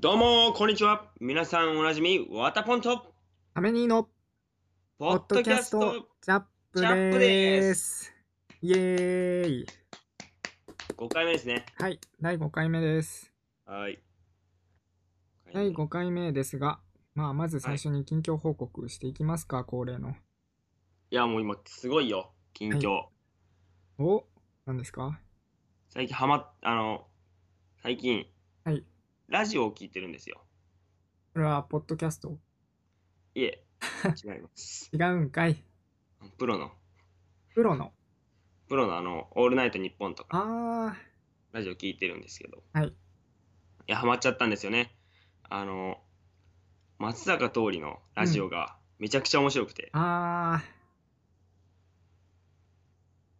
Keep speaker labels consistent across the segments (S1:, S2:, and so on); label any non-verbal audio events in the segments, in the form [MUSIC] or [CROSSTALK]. S1: どうも、こんにちは。皆さんおなじみ、ワタポンと、
S2: ためにの
S1: ポ
S2: ポ
S1: ッ
S2: ッ
S1: ドキ
S2: ドキ
S1: ャ
S2: ャ
S1: ス
S2: ス
S1: ト
S2: ト、ジャップ
S1: ジャップで
S2: ですイエーイ
S1: 5回目ですね。
S2: はい、第5回目です。
S1: はい。
S2: 第5回目ですが、まあ、まず最初に近況報告していきますか、恒例の。
S1: いや、もう今、すごいよ、近況。
S2: お何ですか
S1: 最近ハマっ、あの、最近、
S2: はい。
S1: ラジオを聞いてるんですよ。
S2: これは、ポッドキャスト
S1: いえ、違います。 [LAUGHS]
S2: 違うんかい。
S1: プロの、
S2: プロの。
S1: プロのあの、オールナイトニッポンとか、
S2: あ
S1: ラジオ聞いてるんですけど。
S2: はい
S1: いや、ハマっちゃったんですよね。あの、松坂桃李のラジオが、めちゃくちゃ面白くて
S2: ー、、あー。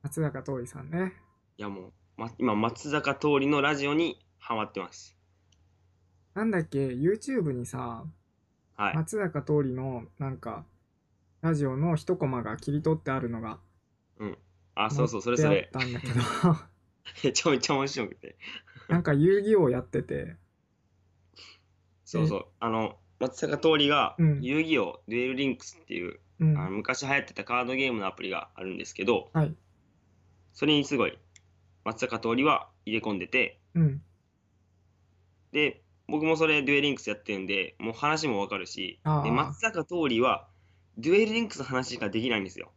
S2: 松坂桃李さんね。
S1: いやもう、ま、今、松坂桃李のラジオにハマってます。
S2: なんだっけ、YouTube にさ、
S1: はい。
S2: 松坂桃李の、なんか、ラジオの一コマが切り取ってあるのが、
S1: あ、そうそう、それ
S2: 載
S1: そ
S2: って
S1: れ。
S2: あったんだけど。
S1: め [LAUGHS] ちゃめちゃ面白くて。
S2: なんか遊戯王やってて、
S1: そうそう。あの、松坂桃李が、
S2: うん
S1: 遊戯王デュエルリンクスっていう、
S2: うん、
S1: あの昔流行ってたカードゲームのアプリがあるんですけど、
S2: はい、
S1: それにすごい、松坂桃李は入れ込んでて、
S2: うん、
S1: で、僕もそれデュエルリンクスやってるんで、もう話もわかるし、
S2: あー
S1: で松坂桃李は、デュエルリンクスの話しかできないんですよ。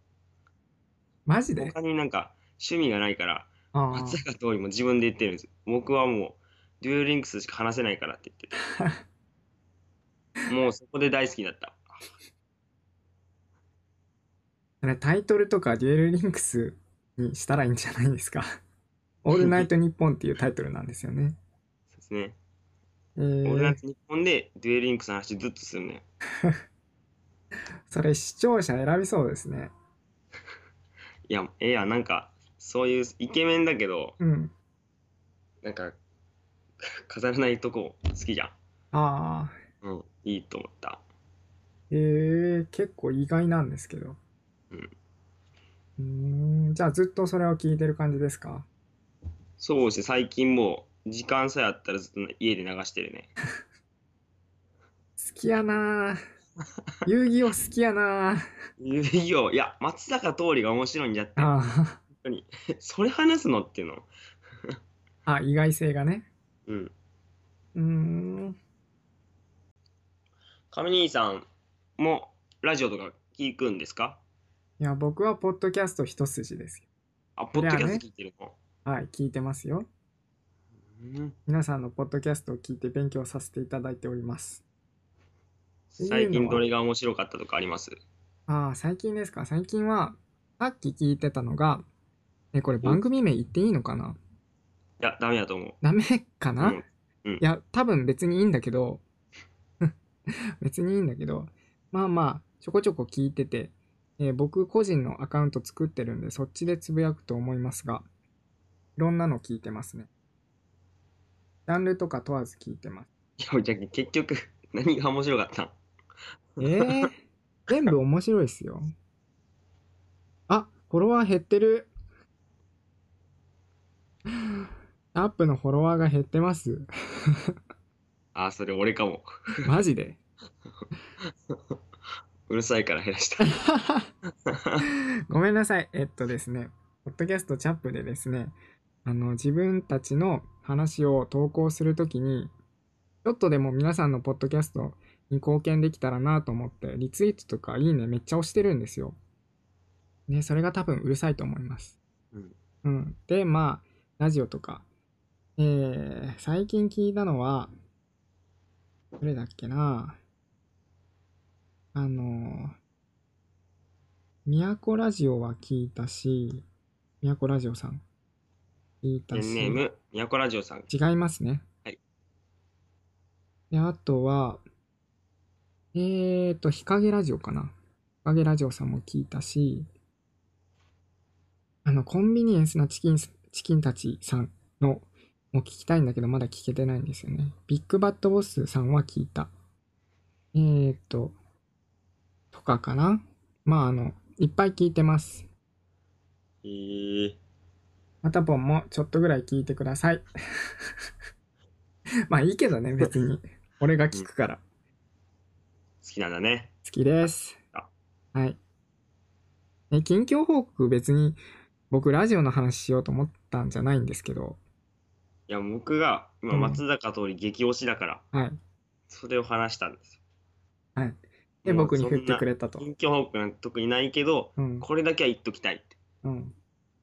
S2: マジで
S1: 他になんか、趣味がないから、
S2: あ
S1: 松
S2: ー
S1: 坂桃李も自分で言ってるんです僕はもうデュエルリンクスしか話せないからって言って
S2: [LAUGHS]
S1: てもうそこで大好きだった
S2: それタイトルとかデュエルリンクスにしたらいいんじゃないです [LAUGHS] か。オールナイトニッポンっていうタイトルなんですよね。
S1: そうですね、
S2: え
S1: 俺なん
S2: ー、
S1: て日本でデュエルリンクスの話ずっとするのよ
S2: それ視聴者選びそうですね。
S1: いやええやんなんかそういうイケメンだけど
S2: うん。
S1: なんか [LAUGHS] 飾らないとこ好きじゃん
S2: ああ、
S1: うんいいと思った
S2: えー、結構意外なんですけど。うん。ん、じゃあずっとそれを聞いてる感じですか
S1: そうして最近もう時間さえあったらずっと家で流してるね
S2: 好きや [LAUGHS] なー遊戯王好きやなー
S1: 遊戯王いや松坂桃李が面白いんじゃって本
S2: あ
S1: 当にそれ話すのっていうの
S2: あ、あ、意外性がね。
S1: うん
S2: うーん。
S1: 上兄さんもラジオとか聞くんですか
S2: いや、僕はポッドキャスト一筋ですよ。
S1: あ、ポッドキャスト聞いてるの。
S2: はい、聞いてますよ。
S1: うん
S2: 皆さんのポッドキャストを聞いて勉強させていただいております。
S1: 最近どれが面白かったとかあります
S2: ああ、最近ですか。最近は、さっき聞いてたのが、え、これ番組名言っていいのかない
S1: や、ダメだと思う。
S2: ダメかな、
S1: う
S2: い
S1: ん
S2: や、多分別にいいんだけど、 [LAUGHS] 別にいいんだけど、まあまあ、ちょこちょこ聞いてて、えー僕個人のアカウント作ってるんで、そっちでつぶやくと思いますが、いろんなの聞いてますね。ジャンルとか問わず聞いてます。
S1: いや、じゃあ結局、 [LAUGHS] 何が面白かったん
S2: えー、全部面白いっすよ。あ、フォロワー減ってる。アップのフォロワーが減ってます。
S1: [LAUGHS] あ、それ俺かも。
S2: マジ [LAUGHS] で。
S1: うるさいから減らした。
S2: ごめんなさい。えっとですね、ポッドキャストチャップでですね、あの、自分たちの話を投稿するときに、ちょっとでも皆さんのポッドキャストに貢献できたらなと思って、リツイートとかいいねめっちゃ押してるんですよ。ね、それが多分うるさいと思います。
S1: うん
S2: うん。で、まあ、ラジオとか。えー、最近聞いたのは、どれだっけなあのー、都ラジオは聞いたし、都ラジオさん聞い
S1: ペ
S2: た
S1: ン
S2: し、
S1: ネーム、宮古ラジオさん。
S2: 違いますね。
S1: はい。
S2: で、あとは、えーと、日陰ラジオかな。日陰ラジオさんも聞いたし、あの、コンビニエンスなチキン、チキンたちさんのも聞きたいんだけど、まだ聞けてないんですよね。ビッグバッドボスさんは聞いた。えーと、とかかな。まあ、あの、いっぱい聞いてます。
S1: えー、
S2: またぽ [LAUGHS] んもちょっとぐらい聞いてください。まあいいけどね、別に。俺が聞くから。
S1: きなんだね。
S2: 好きです
S1: あ。
S2: はい。え、近況報告別に僕ラジオの話しようと思ったんじゃないんですけど、
S1: いや、僕が今、
S2: うん
S1: 松坂通り激推しだから、
S2: はい。
S1: それを話したんです
S2: はい。で、
S1: もう
S2: 僕に振って
S1: そんな
S2: くれたと
S1: よ。。近況報告なんて特にないけど、
S2: うん。
S1: これだけは言っときたいって。
S2: うん。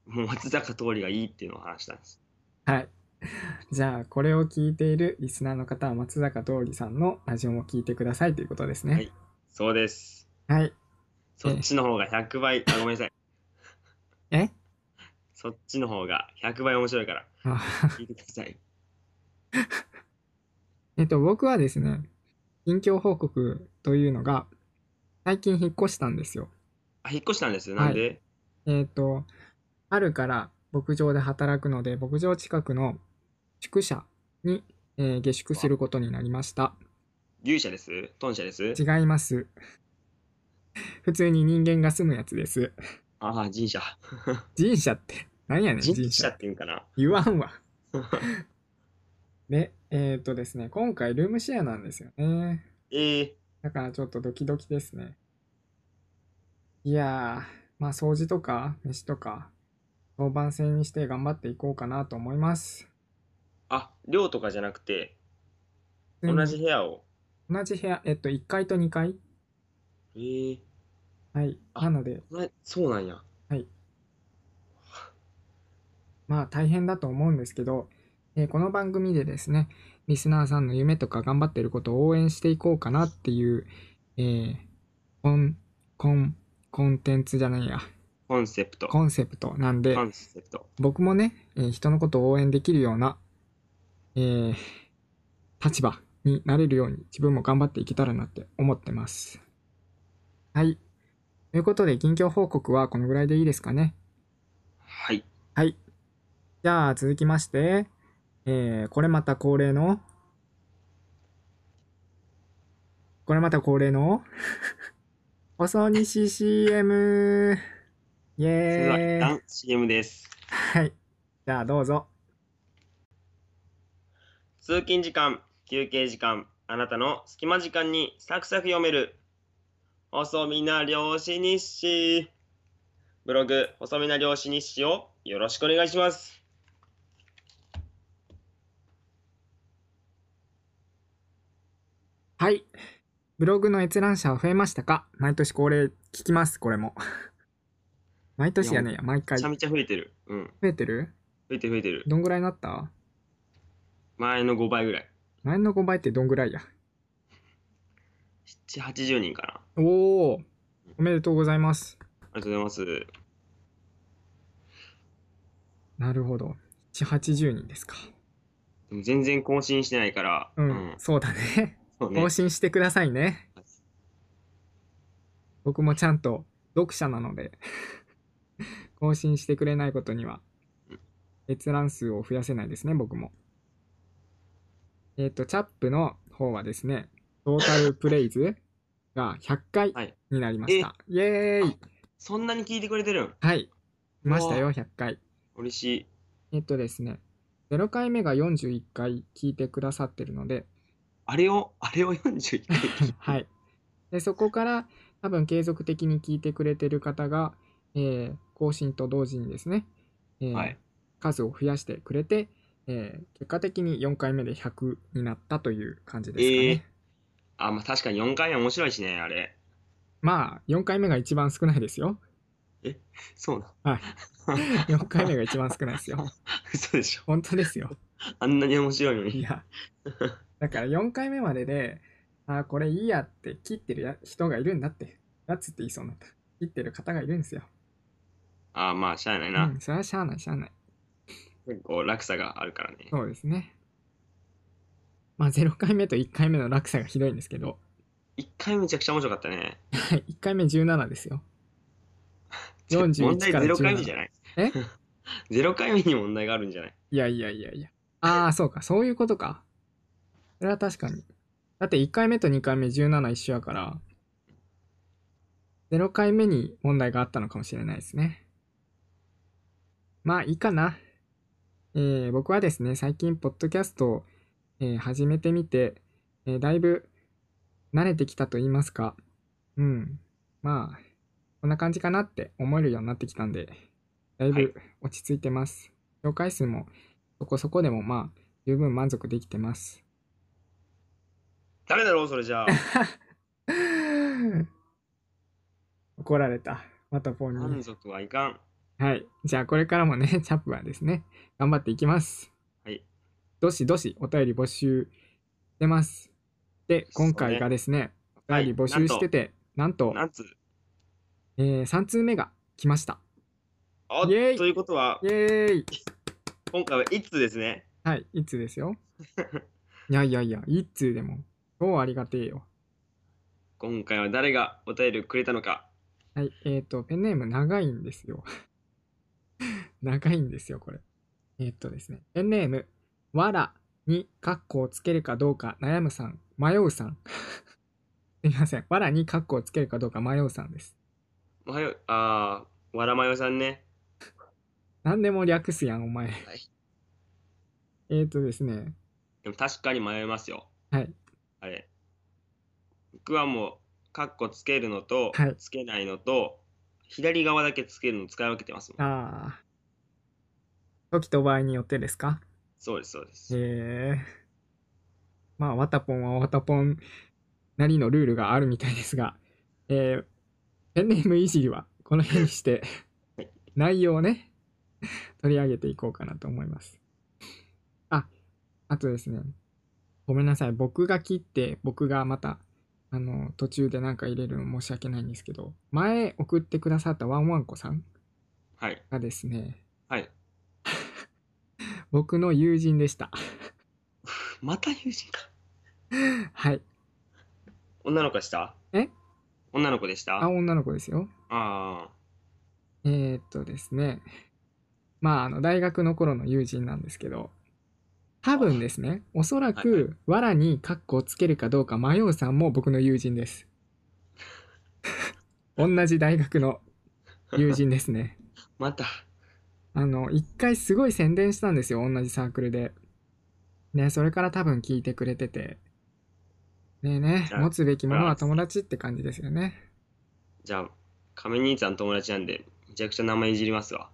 S1: もう松坂通りがいいっていうのを話したんです。
S2: はい。じゃあ、これを聞いているリスナーの方は松坂桃李さんのラジオも聞いてくださいということですね。
S1: そうです。
S2: はい。
S1: そっちの方が100倍、あ、ごめんなさい。
S2: え
S1: そっちの方が100倍面白いから、
S2: あ
S1: 聞いてください。
S2: えっと、僕はですね、近況報告というのが、最近引っ越したんですよ。
S1: あ、引っ越したんですよ。なんで、
S2: えっと、春から牧場で働くので、牧場近くの宿舎に、えー下宿することになりました。
S1: 牛舎です豚舎です
S2: 違います。普通に人間が住むやつです。
S1: ああ、神社。
S2: 人社って、なんやねん、
S1: 神
S2: 人
S1: 社
S2: 社
S1: っ。ていうんかな。
S2: 言わんわ。 [LAUGHS] で、えっ、とですね、今回ルームシェアなんですよね。
S1: ええ
S2: だからちょっとドキドキですね。いやー、まあ掃除とか飯とか、当番制にして頑張っていこうかなと思います。
S1: あ、寮とかじゃなくて、同じ部屋を。
S2: 同じ部屋、えっと1階と2階
S1: ええ
S2: はい。
S1: あ
S2: なので、
S1: なそうなんや。
S2: まあ大変だと思うんですけど、えーこの番組でですね、リスナーさんの夢とか頑張ってることを応援していこうかなっていう、えーコン、コン、コンテンツじゃないや、
S1: コンセプト。
S2: コンセプトなんで
S1: コ、ンセプト。
S2: 僕もね、えー人のことを応援できるような、えー立場になれるように自分も頑張っていけたらなって思ってます。はい。ということで、近況報告はこのぐらいでいいですかね。
S1: はい。
S2: はい。じゃあ、続きまして、えーこれまた恒例の、これまた恒例の、 [LAUGHS] 細西 CM! イ
S1: それでは
S2: エ
S1: 一
S2: ーイ
S1: 旦 CM です。
S2: はい。じゃあ、どうぞ。
S1: 通勤時間、休憩時間、あなたの隙間時間にサクサク読める。細身な漁師日誌。ブログ、細身な漁師日誌をよろしくお願いします。
S2: はい。ブログの閲覧者は増えましたか毎年恒例聞きます、これも。 [LAUGHS] 毎年やねえや、毎
S1: め
S2: 回。
S1: ちゃ
S2: 増
S1: めちゃ増えてる。うん。
S2: えてる
S1: 増えてる増えてる。
S2: どんぐらいになった
S1: 前の5倍ぐらい。
S2: 前の5倍ってどんぐらいや
S1: 7、80人かな。
S2: おおおめでとうございます。
S1: ありがとうございます。
S2: なるほど。7、80人ですか。
S1: でも全然更新してないから、
S2: うん、そうだね。
S1: そうね
S2: 更。新してくださいね。僕もちゃんと読者なので、 [LAUGHS] 更新してくれないことには
S1: うん、
S2: 閲覧数を増やせないですね、僕も。えっ、と、チャップの方はですね、トータルプレイズが100回
S1: はい
S2: になりました。イエーイ
S1: そんなに聞いてくれてるん
S2: はい。いました
S1: う
S2: よ、100回。
S1: 嬉しい。
S2: えっとですね、0回目が41回聞いてくださってるので、
S1: あれを、あれを41回聞いて
S2: はい。で、そこから多分継続的に聞いてくれてる方が、えー更新と同時にですね、えー
S1: はい
S2: 数を増やしてくれて、えー結果的に4回目で100になったという感じですかね。
S1: えーあ、まあ確かに4回目面白いしね、あれ。
S2: まあ、4回目が一番少ないですよ。 [LAUGHS]
S1: そうだ。
S2: はい。4回目が一番少ないですよ。
S1: [LAUGHS] 嘘でしょ。
S2: 本当ですよ。
S1: あんなに面白いの
S2: い
S1: に。
S2: や、だから4回目までで、あーこれいいやって切ってるや人がいるんだって、やつって言いそうになった。切ってる方がいるんですよ。
S1: あ、まあしゃあないうな。
S2: ん、それはしゃあない、しゃあない。
S1: 結構落差があるからね。
S2: そうですね。まあ0回目と1回目の落差がひどいんですけど、
S1: 1回めちゃくちゃ面白かったね。
S2: 1回目17ですよ。41
S1: 問題
S2: から
S1: 0回目
S2: 17
S1: じゃない
S2: え
S1: ?0 回目に問題があるんじゃない
S2: いやいやいやいや。ああ、そうか、そういうことか。それは確かに。だって1回目と2回目17一緒やから、0回目に問題があったのかもしれないですね。まあいいかな。えー僕はですね、最近、ポッドキャストを、えー始めてみて、ええーだいぶ慣れてきたと言いますか、うん、まあ、こんな感じかなって思えるようになってきたんで、だい
S1: はい
S2: ぶ落ち着いてます。紹介数もそこそこでもまあ、十分満足でき
S1: [LAUGHS]
S2: てます。
S1: 誰だろうそれじゃあ。
S2: 怒られた。またポン
S1: 満
S2: に。
S1: 足はいかん。
S2: はい。じゃあこれからもね、チ [LAUGHS] ャップはですね、頑張っていきます。
S1: はい。
S2: どしどしお便り募集してます。で、今回がですね、お
S1: はい
S2: 便り募集してて、なんと、
S1: なんつ
S2: えー、3通目が来ました。
S1: あと
S2: イエイ
S1: いうことは
S2: イ、ェーイ
S1: 今回は1通ですね。 [LAUGHS]
S2: はい、一通ですよ。いやいやいや、一通でも、超ありがてえよ。
S1: 今回は誰がお便りをくれたのか。
S2: はい、えっ、ー、と、ペンネーム長いんですよ。 [LAUGHS] 長いんですよ、これ。えっ、ー、とですね、ペンネーム、わらにカッコをつけるかどうか悩むさん、迷うさん。 [LAUGHS] すいません、わらにカッコをつけるかどうか迷うさんです。
S1: おはよう、あー、わらまよさんね。
S2: 何でも略すやん、お前。
S1: い
S2: えっとですね、
S1: でも確かに迷いますよ。
S2: はい。
S1: あれ。僕はもう、カッコつけるのと、
S2: はい
S1: つけないのと、左側だけつけるの使い分けてますもん。
S2: あー、時と場合によってですか
S1: そうです、そうです。
S2: へえ。まあ、ワタポンはワタポンなりのルールがあるみたいですが、えーペンネームいじりはこの辺にして、内容をね、取り上げていこうかなと思います。あ、あとですね、ごめんなさい、僕が切って、僕がまた、あの、途中でなんか入れるの申し訳ないんですけど、前送ってくださったワンワンコさん
S1: はい。
S2: がですね、
S1: はい。
S2: [LAUGHS] 僕の友人でした。
S1: また友人か。
S2: はい。
S1: 女の子でした
S2: え
S1: 女の子でした
S2: あ、女の子ですよ。
S1: あ
S2: えー、っとですね、まあ、あの、大学の頃の友人なんですけど、多分ですね、おそ
S1: は
S2: ら
S1: い
S2: く、わらにカッコをつけるかどうか迷うさんも僕の友人です。
S1: [LAUGHS]
S2: 同じ大学の友人ですね。
S1: あ、また。
S2: あの、一回すごい宣伝したんですよ、同じサークルで。ね、それから多分聞いてくれてて。ねえね
S1: じ
S2: え、
S1: ゃあ
S2: 持つべきものは友達って感じですよね。
S1: じゃあ、亀兄さん友達なんで、めちゃくちゃ名前いじりますわ。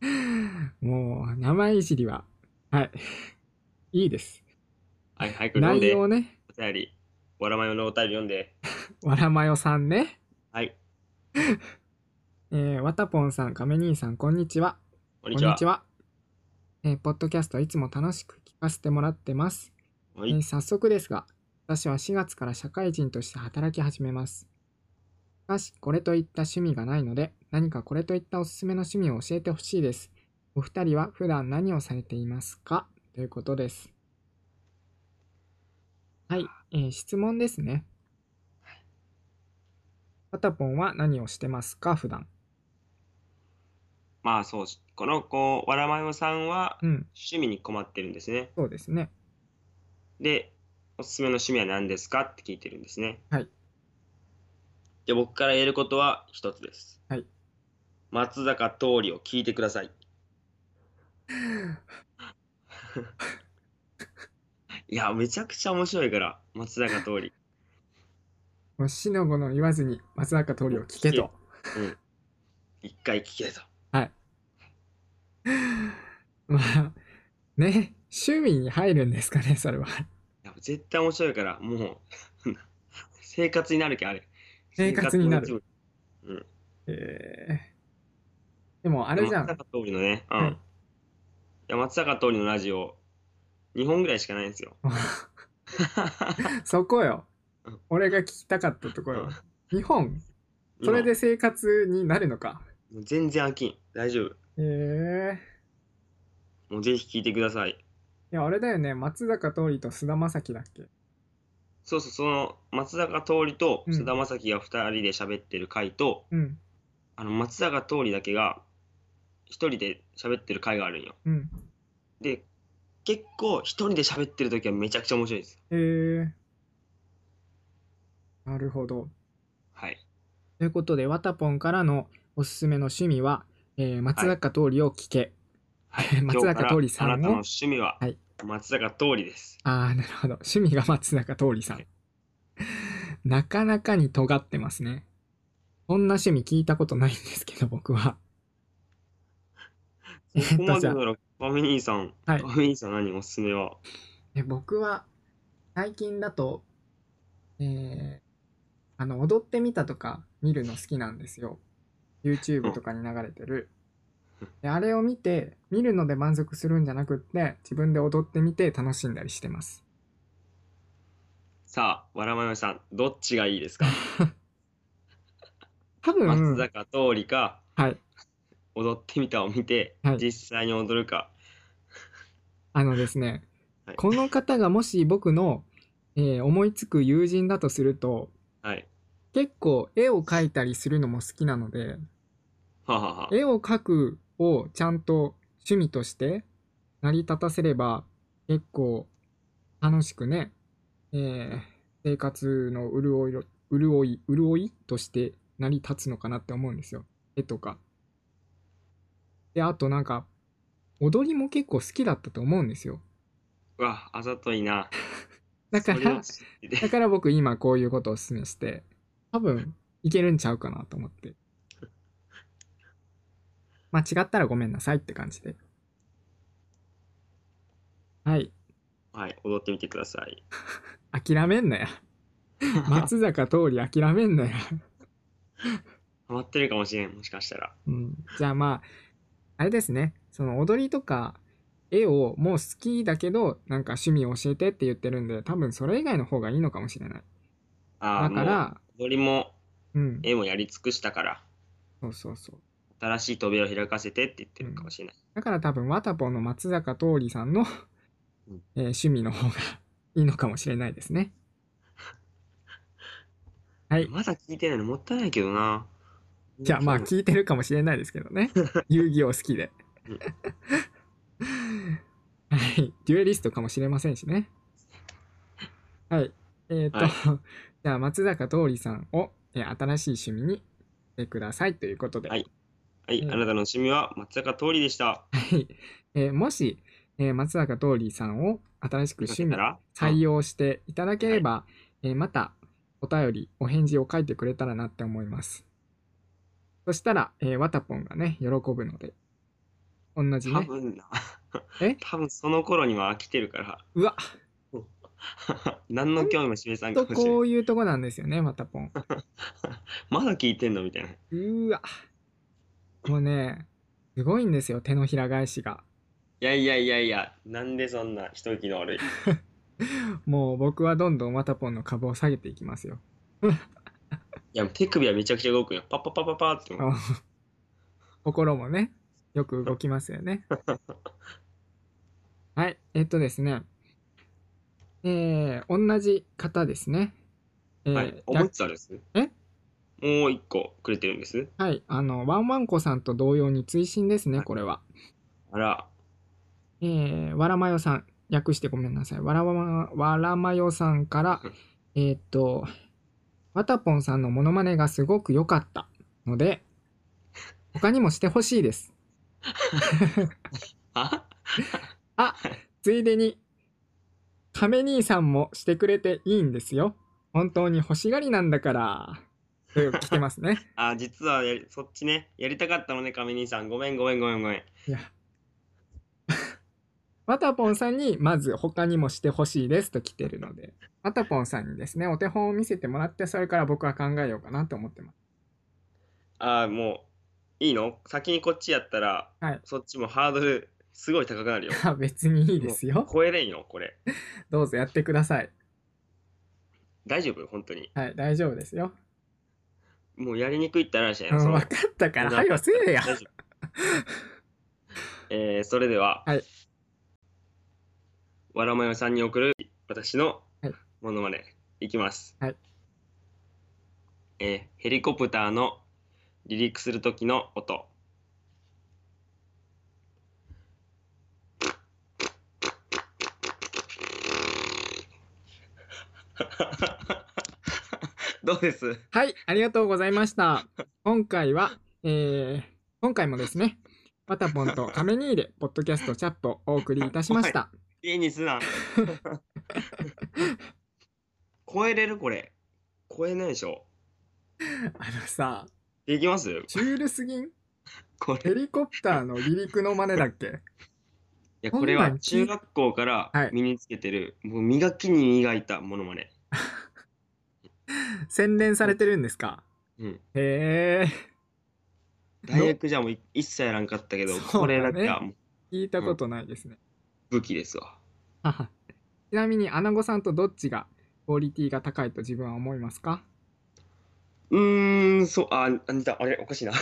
S2: [LAUGHS] もう、名前いじりは、はい、いいです。
S1: はい、早く読ん
S2: 内
S1: で、お
S2: 容ね、
S1: 便り、わらまよのお便り読んで。
S2: わらまよさんね、
S1: はい、
S2: [LAUGHS] えー、わたぽんさん、亀兄さん、こんにちは。
S1: こんにちは。
S2: えーポッドキャストいつも楽しく聞かせてもらってます。
S1: は
S2: えー
S1: い、
S2: 早速ですが、私は4月から社会人として働き始めます。しかし、これといった趣味がないので、何かこれといったおすすめの趣味を教えてほしいです。お二人は普段何をされていますかということです。はい、えー質問ですね。パタポンは何をしてますか普段。
S1: まあそうし、この子、わらまよさんは
S2: うん、
S1: 趣味に困ってるんですね。
S2: そうですね。
S1: で、おすすめの趣味は何ですかって聞いてるんですね。
S2: はい。
S1: で、僕から言えることは一つです。
S2: はい。
S1: 松坂桃李を聞いてくださ
S2: [LAUGHS]
S1: い。いや、めちゃくちゃ面白いから、松坂桃李。
S2: もう死の子の言わずに松坂桃李を聞けと。
S1: うん。一回聞けと。
S2: [LAUGHS] まあ、ね、趣味に入るんですかね、それは。
S1: いや絶対面白いから、もう、 [LAUGHS] 生活になるけん、あれ。
S2: 生活になる
S1: 生活
S2: えーでもあ
S1: の一部
S2: れじゃ
S1: 松
S2: ん。
S1: 坂桃李のね、うん。
S2: はい
S1: いや、松坂桃李のラジオ、2本ぐらいしかないんですよ。
S2: [LAUGHS] そこよ
S1: うん。
S2: 俺が聞きたかったところ
S1: うん。
S2: 日本それで生活になるのか。
S1: 今もう全然飽きん。大丈夫。
S2: えー、い
S1: もうぜひ聞いてください。
S2: や、あれだよね。松坂桃李と菅田将暉だっけ。
S1: そうそう、その、松坂桃李と
S2: うん
S1: 菅田将暉が2人で喋ってる回と、
S2: うん、
S1: あの、松坂桃李だけが、1人で喋ってる回があるんよ。
S2: うん。
S1: で、結構、1人で喋ってる時はめちゃくちゃ面白いです。
S2: えー、なるほど。
S1: はい。
S2: ということで、わたぽんからのおすすめの趣味は、えー松坂桃李を聞け。
S1: はい
S2: [LAUGHS] 松坂桃李さ
S1: 今日か
S2: んを
S1: らあなたの趣味は
S2: はい
S1: 松坂通りです。
S2: ああ、なるほど。趣味が松坂桃李さん。なかなかに尖ってますね。そんな趣味聞いたことないんですけど、僕は。 [LAUGHS] えっ
S1: そこま
S2: と、じ
S1: で
S2: ゃあ
S1: なら、カミ兄さん、
S2: は
S1: カ
S2: い
S1: ミ兄さん何おすすめは
S2: え僕は最近だと、えーあの踊ってみたとか見るの好きなんですよ YouTube とかに流れてるであれを見て見るので満足するんじゃなくって自分で踊ってみて楽しんだりしてます
S1: さあ、わらまよさん、どっちがいいですか、
S2: 多分
S1: 松坂通りか、
S2: はい
S1: 踊ってみたを見て、
S2: はい
S1: 実際に踊るか。
S2: あのですね、
S1: はい
S2: この方がもし僕の、えー思いつく友人だとすると
S1: はい。
S2: 結構絵を描いたりするのも好きなので
S1: ははは。
S2: 絵を描くをちゃんと趣味として成り立たせれば結構楽しくね、えー生活の潤いろ潤い潤いとして成り立つのかなって思うんですよ絵とか。であとなんか踊りも結構好きだったと思うんですよ。
S1: うわ、あざといな。
S2: だか
S1: それを
S2: ら
S1: 知って [LAUGHS] て
S2: だから僕今こういうことをお勧めして多分いけるんちゃうかなと思って。 [LAUGHS] まあ違ったらごめんなさいって感じで。はい。
S1: はい、踊ってみてくださ
S2: [LAUGHS]
S1: い。
S2: 諦めんなや。松坂通り諦めんなや。
S1: ハマってるかもしれん、もしかしたら。
S2: うん。じゃあまあ、あれですね。その踊りとか絵をもう好きだけどなんか趣味を教えてって言ってるんで多分それ以外の方がいいのかもしれない。
S1: ああ、
S2: だか
S1: も
S2: ら、
S1: う踊りも
S2: うん。
S1: 絵もやり尽くしたから、
S2: そうそうそう。
S1: 新しい扉を開かせてって言ってるかもしれない。
S2: だから多分ワタポの松坂桃李さんの、
S1: うん
S2: [LAUGHS] えー趣味の方がいいのかもしれないですね。はい。
S1: まだ聞いてないのもったいないけどな。
S2: じゃあまあ
S1: そう
S2: 聞いてるかもしれないですけど
S1: [LAUGHS]
S2: ね。遊戯王好きで
S1: うん。
S2: はい。デュエリストかもしれませんしね。はい。えっ、と、
S1: はい
S2: [LAUGHS] じゃあ松坂桃李さんを、えー新しい趣味にしてくださいということで。
S1: はいはい、
S2: うん
S1: あなたの趣味は松坂通りでした。
S2: はい。えーもし、えー松坂桃李さんを新しく趣味
S1: 見かけたら
S2: 採用していただければ、えーまたお便りお返事を書いてくれたらなって思いますそしたら、えー、ワタポンがね喜ぶので同じ
S1: 多
S2: ね
S1: 分な。[LAUGHS]
S2: え
S1: 多分その頃には飽きてるから。
S2: うわ
S1: [LAUGHS] 何の興味も示さんか
S2: と
S1: もしれ
S2: こ
S1: ないう
S2: いうとこなんですよねワタポン
S1: まだ聞いてんのみたいな。
S2: うーわもうねすごいんですよ手のひら返しが
S1: いやいやいやいや、なんでそんな人気の
S2: [LAUGHS]
S1: 悪い。
S2: もう僕はどんどんワタポンの株を下げていきますよ
S1: いや、手首はめちゃくちゃ動くよ。パッパッパッパッパーって。
S2: あ心もねよく動きますよ
S1: [LAUGHS]
S2: ねはいえっとですねえー、同じ方ですねえー
S1: はい。
S2: や
S1: 思いつつあるんですね。
S2: え
S1: もう一個くれてるんです。
S2: はいあのワンワンコさんと同様に追伸ですねこれは、
S1: あら、
S2: えー、わらまよさん略してごめんなさいわらまわらまよさんから
S1: うん
S2: えーっとわたぽんさんのモノマネがすごく良かったので他にもしてほしいです
S1: あ
S2: ついでに、亀兄さんもしてくれていいんですよ。本当に欲しがりなんだから。という来てます [LAUGHS] ね。
S1: あ、実はやりそっちね、やりたかったのね、亀兄さん。ごめんごめんごめんごめん。
S2: いや。ワタポンさんにまず他にもしてほしいですと来てるので、ワタポンさんにですね、お手本を見せてもらって、それから僕は考えようかなと思ってます。
S1: あ、もう、いいの先にこっちやったら、
S2: はい
S1: そっちもハードル、すごい高くな
S2: [LAUGHS]
S1: るよ。
S2: あ別にいいです
S1: もう
S2: よ。
S1: 超えれんよ、これ。
S2: どうぞやってください。
S1: 大丈夫本当に。
S2: はい、大丈夫ですよ。
S1: もうやりにくいってあるじゃ
S2: う
S1: なんい
S2: 分
S1: の。
S2: かったから、はよせえや。
S1: 大丈夫えー、それでは、
S2: はい
S1: わらまよさんに送る私の
S2: はい
S1: ものまねいきます、
S2: はい
S1: えーヘリコプターの離陸する時の音 [LAUGHS] どうです
S2: はい、ありがとうございました。今回は、えー、今回もですね、わたぽんとカメニーで、ポッドキャストチャップをお送りいたしました。
S1: いいにすな。超えれるこれ。超えないでしょ。
S2: あのさ、
S1: できます
S2: チュールすぎん
S1: これ。
S2: ヘリコプターの離陸の真似だっけ
S1: いや、これ
S2: こん
S1: は
S2: なん
S1: 中学校から
S2: はい
S1: 身につけてる、もう磨きに磨いたものまね。
S2: 洗練されてるんですか
S1: うん。
S2: へえ、
S1: 大学じゃもうい一切やらんかったけど、
S2: そう
S1: これな
S2: だ
S1: ん
S2: ね
S1: かもう
S2: 聞いたことないですね。
S1: 武器ですわ。
S2: ははちなみに、アナゴさんとどっちがクオリティが高いと自分は思いますか
S1: うーん、そう、あ、あ似た、あれ、おか
S2: [LAUGHS]
S1: しいな。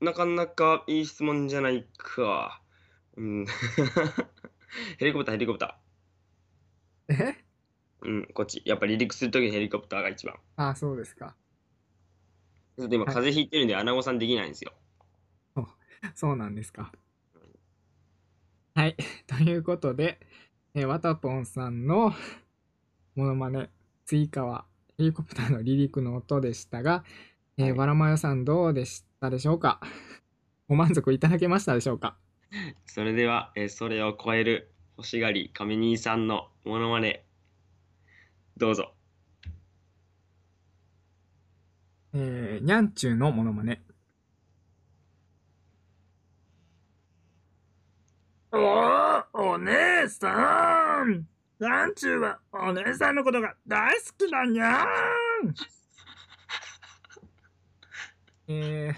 S1: なかなかいい質問じゃないか。うん。 [LAUGHS] ヘリコプター、ヘリコプタ
S2: え
S1: ー。うん、こっち。やっぱ離陸するときにヘリコプターが一番。
S2: ああ、そうですか。
S1: ちょっと今、
S2: はい
S1: 風邪ひいてるんで、アナゴさんできないんですよ。
S2: [LAUGHS] そうなんですか。はい。 [LAUGHS] ということで、えー、わたぽんさんのモノマネ、追加はヘリコプターの離陸の音でしたが、えー
S1: はい
S2: わらまよさんどうでしたでしょうかご満足いただけましたでしょうか
S1: それでは、えーそれを超える欲しがり亀兄さんのモノマネ、どうぞ。
S2: えー、にゃんちゅうのモノマネ。おお姉さんにゃんちゅうはお姉さんのことが大好きだにゃんえ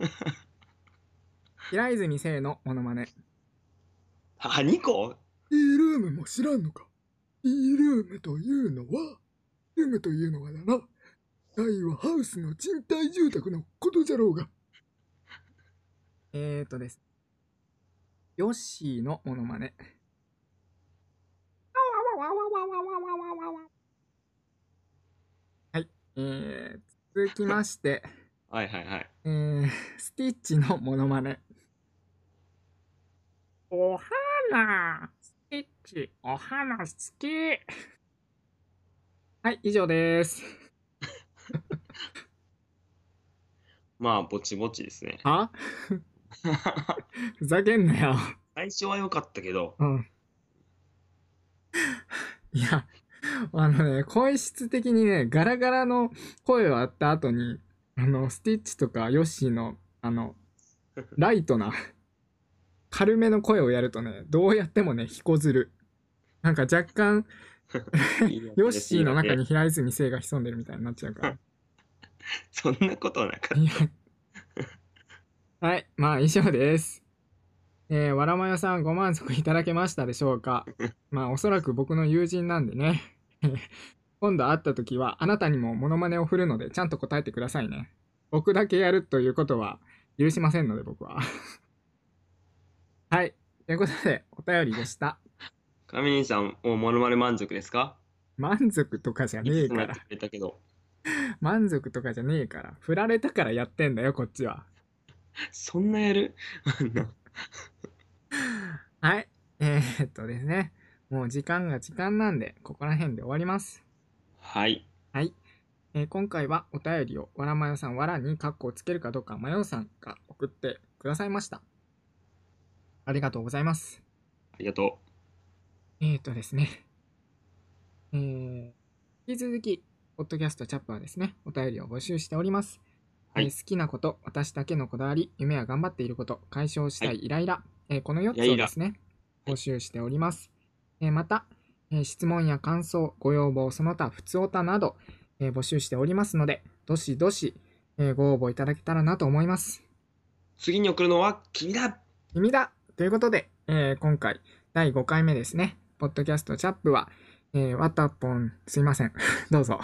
S2: ー、平泉聖のモノマネ。
S1: あ、2個
S2: E ルームも知らんのか ?E ルームというのは、ルームというのはだな。大はハウスの賃貸住宅のことじゃろうが。えーとです。ヨッシーのモノマネ。はい。えー、続きまして、
S1: はいはいはい。
S2: えー、スティッチのモノマネ。お花スティッチ、お花好き。はい、以上です。。
S1: まあ、ぼちぼちですね
S2: [LAUGHS] はふざけんなよ。
S1: 最初は良かったけ
S2: [LAUGHS]
S1: ど、
S2: うん。いや、あのね、声質的にね、ガラガラの声をあった後に、あの、スティッチとかヨッシーの、あの、ライトな、軽めの声をやるとね、どうやってもね、ひこずる。なんか若干、
S1: いいわけ
S2: ヨ
S1: で
S2: ッ
S1: す
S2: シーの中に平泉聖が潜んでるみたいになっちゃうから。
S1: そんなことはなかった。
S2: いや [LAUGHS] はい、まあ以上です。えー、わらまよさんご満足いただけましたでしょ
S1: [LAUGHS]
S2: うかまあおそらく僕の友人なんでね。 [LAUGHS] 今度会った時はあなたにもモノマネを振るのでちゃんと答えてくださいね。僕だけやるということは許しませんので僕は。 [LAUGHS] はい、ということでお便りでした。
S1: 亀兄さん、もうモノマネ満足ですか
S2: 満足とかじゃ
S1: い
S2: ねえ
S1: つも
S2: か
S1: やっ
S2: ら
S1: て。くれたけど、
S2: 満足とかじゃねえから。振られたからやってんだよ、こっちは。
S1: そんなやる [LAUGHS] あの
S2: はい。えー、っとですね。もう時間が時間なんで、ここら辺で終わります。
S1: はい。
S2: はい。えー今回はお便りをわらまよさんわらにカッコをつけるかどうかまよさんが送ってくださいました。ありがとうございます。
S1: ありがと
S2: えー、っとですね。 [LAUGHS] えー、引き続き、ポッドキャストチャップはですね、お便りを募集しております。
S1: はい
S2: えー好きなこと、私だけのこだわり、夢や頑張っていること、解消した
S1: はい
S2: イライラ、えーこの4
S1: イラ
S2: つ
S1: イ
S2: を
S1: ラ
S2: ですね、
S1: はい
S2: 募集しております。えーまた、えー質問や感想、ご要望、その他、普通おたなど、えー募集しておりますので、どしどし、えーご応募いただけたらなと思います。
S1: う。次に送るのは君だ
S2: 君だということで、えー今回第5回目ですね、ポッドキャストチャップは、えー、わたぽん、すいません、 [LAUGHS] どうぞ、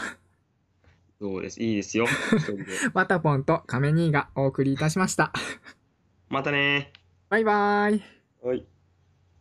S1: そうです。いいですよ。一人で
S2: わたぽんと亀兄がお送りいたしました。
S1: またね
S2: バイバーイ。
S1: はい。